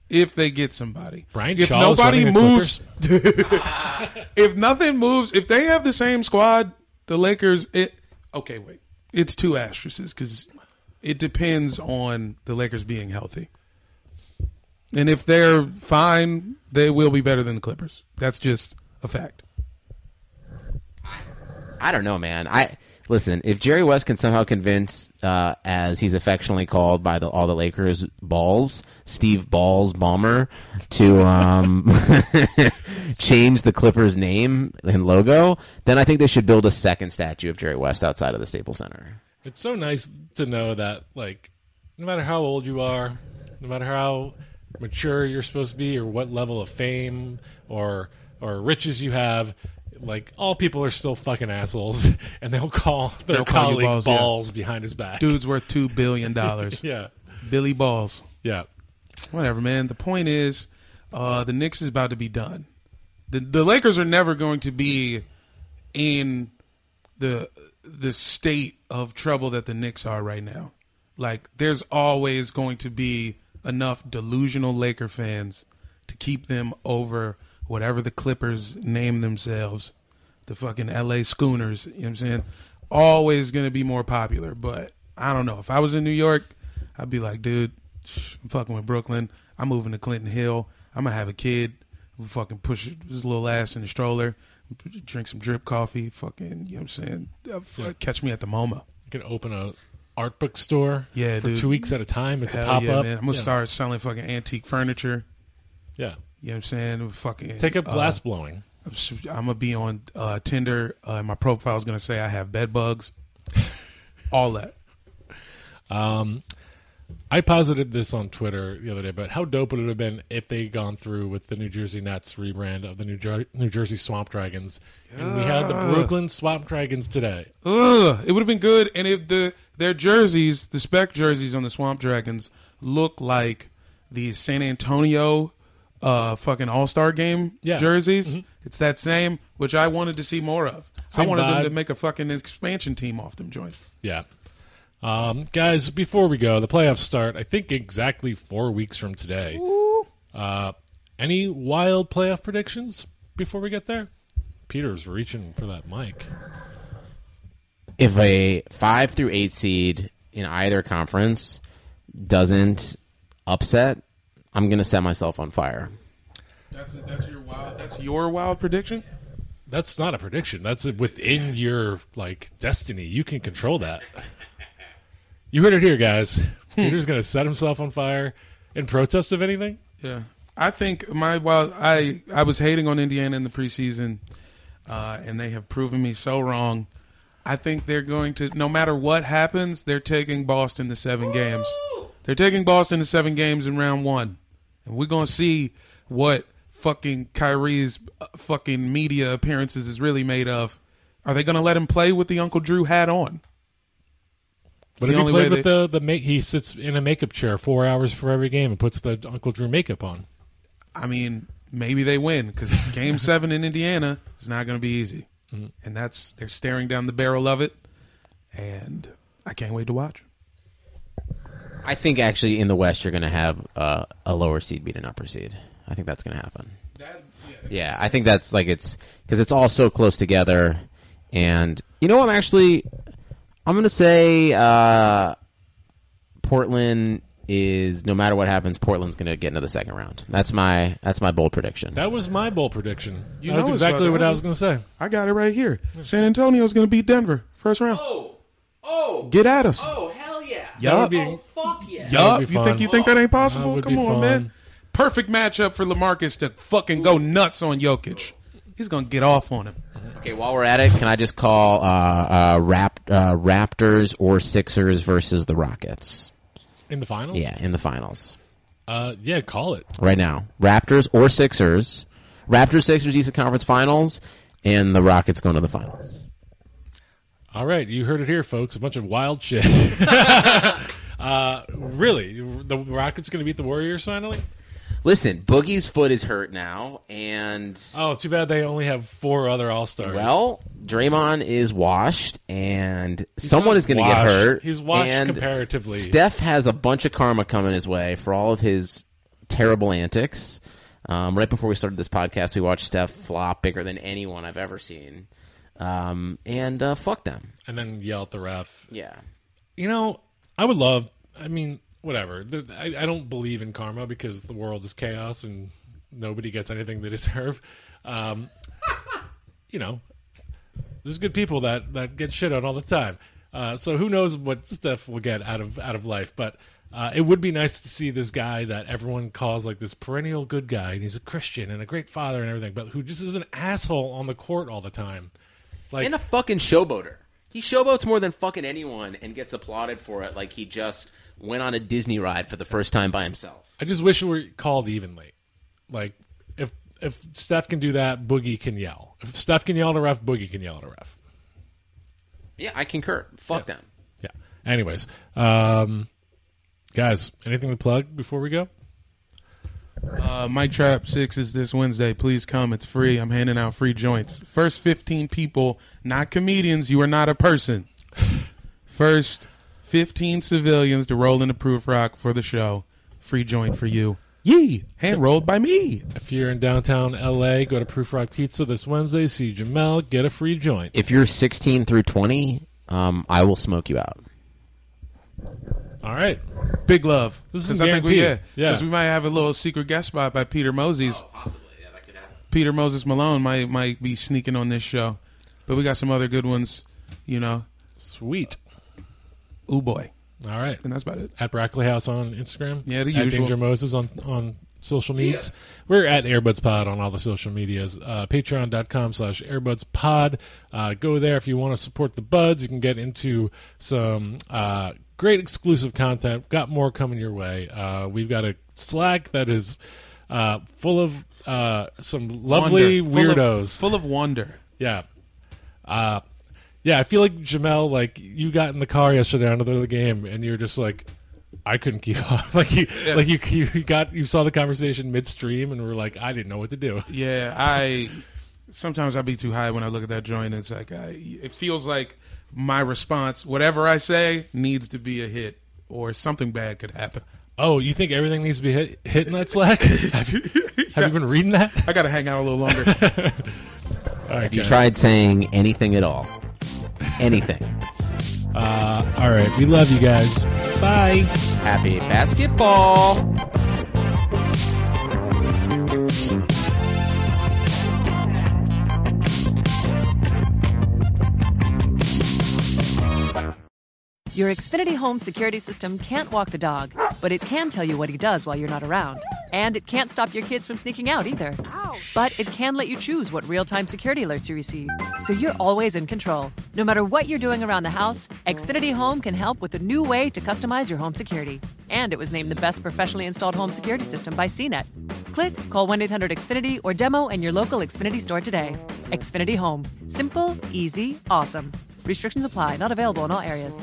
S4: if they get somebody,
S3: Brian
S4: if
S3: Shaw is
S4: nobody
S3: running the
S4: moves, if nothing moves, if they have the same squad, the Lakers. It okay, wait, it's two asterisks because it depends on the Lakers being healthy, and if they're fine, they will be better than the Clippers. That's just a fact.
S2: I don't know, man. I listen. If Jerry West can somehow convince, uh, as he's affectionately called by the, all the Lakers, Balls Steve Balls Ballmer, to um, change the Clippers' name and logo, then I think they should build a second statue of Jerry West outside of the Staples Center.
S3: It's so nice to know that, like, no matter how old you are, no matter how mature you're supposed to be, or what level of fame or or riches you have, like all people are still fucking assholes, and they'll call their
S4: They'll call you
S3: colleague
S4: balls,
S3: balls,
S4: yeah.
S3: behind his back.
S4: Dude's worth two billion dollars.
S3: Yeah,
S4: Billy Balls.
S3: yeah.
S4: Whatever, man. The point is, uh, the Knicks is about to be done. The the Lakers are never going to be in the the state of trouble that the Knicks are right now. Like, there's always going to be enough delusional Laker fans to keep them over whatever the Clippers name themselves, the fucking LA Schooners, you know what I'm saying? Always going to be more popular. But I don't know. If I was in New York, I'd be like, dude, shh, I'm fucking with Brooklyn. I'm moving to Clinton Hill. I'm going to have a kid. We fucking push his little ass in the stroller, drink some drip coffee, fucking, you know what I'm saying? Uh, fu- Catch me at the MoMA.
S3: You can open a art book store.
S4: Yeah,
S3: for
S4: dude.
S3: two weeks at a time. It's a
S4: Hell
S3: pop
S4: yeah,
S3: up.
S4: man. I'm going to
S3: yeah.
S4: start selling fucking antique furniture.
S3: Yeah,
S4: You know what I'm saying? Fucking
S3: take up
S4: uh,
S3: glass blowing.
S4: I'm, s am gonna be on uh, Tinder. Uh, and my profile is gonna say I have bed bugs. All that.
S3: I posited this on Twitter the other day, but how dope would it have been if they had gone through with the New Jersey Nets rebrand of the New, Jer- New Jersey Swamp Dragons, and we had the Brooklyn Swamp Dragons today.
S4: Ugh, it would have been good. And if the their jerseys, the spec jerseys on the Swamp Dragons, look like the San Antonio uh, fucking All Star Game
S3: Yeah. Mm-hmm.
S4: jerseys, it's that same which I wanted to see more of. I
S3: Same
S4: wanted them
S3: vibe.
S4: to make a fucking expansion team off them joints.
S3: Yeah, um, guys. Before we go, the playoffs start. I think exactly four weeks from today. Uh, any wild playoff predictions before we get there? Peter's reaching for that mic.
S2: If a five through eight seed in either conference doesn't upset, I'm going to set myself on fire.
S4: That's that's your wild. That's your wild prediction.
S3: That's not a prediction. That's within your like destiny. You can control that. You heard it here, guys. Peter's gonna set himself on fire in protest of anything.
S4: Yeah, I think my while I I was hating on Indiana in the preseason, uh, and they have proven me so wrong. I think they're going to no matter what happens, they're taking Boston to seven games. They're taking Boston to seven games in round one, and we're gonna see what fucking Kyrie's uh, fucking media appearances is really made of. Are they gonna let him play with the Uncle Drew hat on?
S3: But
S4: The
S3: if
S4: only
S3: he
S4: way
S3: played with the the make, he sits in a makeup chair four hours for every game and puts the Uncle Drew makeup on.
S4: I mean, maybe they win because Game Seven in Indiana is not going to be easy,
S3: Mm-hmm.
S4: and that's they're staring down the barrel of it, and I can't wait to watch.
S2: I think actually in the West you're going to have uh, a lower seed beat an upper seed. I think that's going to happen. yeah, I think that's like it's because it's all so close together, and you know I'm actually I'm going to say uh, Portland
S6: is no matter what happens, Portland's going to get into the second round. That's my that's my bold prediction.
S3: That was my bowl prediction.
S4: You
S3: that
S4: know
S3: was
S4: it's
S3: exactly
S4: right.
S3: what I was going to say.
S4: I got it right here. San Antonio's going to beat Denver first round. Oh, oh, get at us.
S2: Oh hell yeah!
S4: Yup.
S3: would be- Oh,
S2: fuck yeah!
S3: That
S4: Yup.
S3: would be
S4: You think
S3: fun.
S4: you think that ain't possible?
S3: That would
S4: Come
S3: be
S4: on,
S3: fun.
S4: man. Perfect matchup for Lamarcus to fucking go nuts on Jokic. He's gonna get off on him.
S2: Okay, while we're at it, can I just call uh, uh, Rap- uh, Raptors or Sixers versus the Rockets?
S3: In the finals?
S2: Yeah, in the finals
S3: Uh, yeah, call it.
S2: right now. Raptors or Sixers? Raptors Sixers Eastern Conference Finals, and the Rockets going to the finals.
S3: All right, you heard it here, folks. A bunch of wild shit. uh, really? The Rockets going to beat the Warriors finally?
S2: Listen, Boogie's foot is hurt now, and
S3: Oh, too bad they only have four other All Stars.
S2: well, Draymond is washed, and someone is going to get
S3: washed.
S2: hurt.
S3: He's washed
S2: and
S3: comparatively.
S2: Steph has a bunch of karma coming his way for all of his terrible antics. Um, right before we started this podcast, we watched Steph flop bigger than anyone I've ever seen, um, and uh, fuck them.
S3: and then yell at the ref.
S2: Yeah,
S3: You know, I would love. I mean, whatever. The- I, I don't believe in karma because the world is chaos and nobody gets anything they deserve. Um, you know, there's good people that that get shit on all the time. Uh, so who knows what Steph will get out of out of life? But uh, it would be nice to see this guy that everyone calls like this perennial good guy, and he's a Christian and a great father and everything, but who just is an asshole on the court all the time. Like
S2: and a fucking showboater. He showboats more than fucking anyone, and gets applauded for it like he just went on a Disney ride for the first time by himself.
S3: I just wish it were called evenly. Like if if Steph can do that, Boogie can yell. If Steph can yell at a ref, Boogie can yell at a ref.
S2: Yeah, I concur. Fuck them.
S3: Yeah. Anyways, um, guys, anything to plug before we go?
S4: Uh, Mike Trap Six is this Wednesday. Please come. It's free. I'm handing out free joints. First 15 people, not comedians. You are not a person. First 15 civilians to roll into Proof Rock for the show. Free joint for you. Yee! Hand rolled by me.
S3: If you're in downtown LA, go to Proof Rock Pizza this Wednesday. See Jamel, get a free joint.
S2: if you're 16 through 20, um, I will smoke you out.
S3: All right.
S4: Big love.
S3: This is
S4: 'Cause I think we, yeah,
S3: guaranteed. Yeah.
S4: because we might have a little secret guest spot by Peter Moses. Peter Moses Malone might might be sneaking on this show, but we got some other good ones. You know,
S3: Sweet.
S4: ooh boy,
S3: All right.
S4: and that's about it.
S3: At Brackley House on Instagram.
S4: Yeah, the
S3: at
S4: usual.
S3: Danger Moses on on social medias. We're at Airbuds Pod on all the social medias. Uh, Patreon.com slash Airbuds Pod. Uh, go there if you want to support the buds. You can get into some uh, great exclusive content. Got more coming your way. Uh, we've got a Slack that is uh, full of uh, some lovely
S4: Wonder. Full of-
S3: weirdos.
S4: full of wonder.
S3: Yeah. Uh, yeah, I feel like Jamel, like you got in the car yesterday on another game, and you're just like, I couldn't keep up. like you, like you, you got you saw the conversation midstream, and were like, I didn't know what to do.
S4: Yeah, I sometimes I be too high when I look at that joint. It's like I, it feels like my response, whatever I say, needs to be a hit or something bad could happen.
S3: Oh, you think everything needs to be hit, hit in that slack? have, you, have you been reading that?
S4: I got to hang out a little longer.
S3: All right,
S2: Have you
S3: guys.
S2: tried saying anything at all? Anything.
S3: Uh, all right, we love you guys. Bye.
S2: Happy basketball.
S7: Your Xfinity home security system can't walk the dog, but it can tell you what he does while you're not around. And it can't stop your kids from sneaking out either. But it can let you choose what real time security alerts you receive, so you're always in control. No matter what you're doing around the house, Xfinity Home can help with a new way to customize your home security. And it was named the best professionally installed home security system by CNET. Click, call 1 800 Xfinity, or demo in your local Xfinity store today. Xfinity Home. Simple, easy, awesome. Restrictions apply, not available in all areas.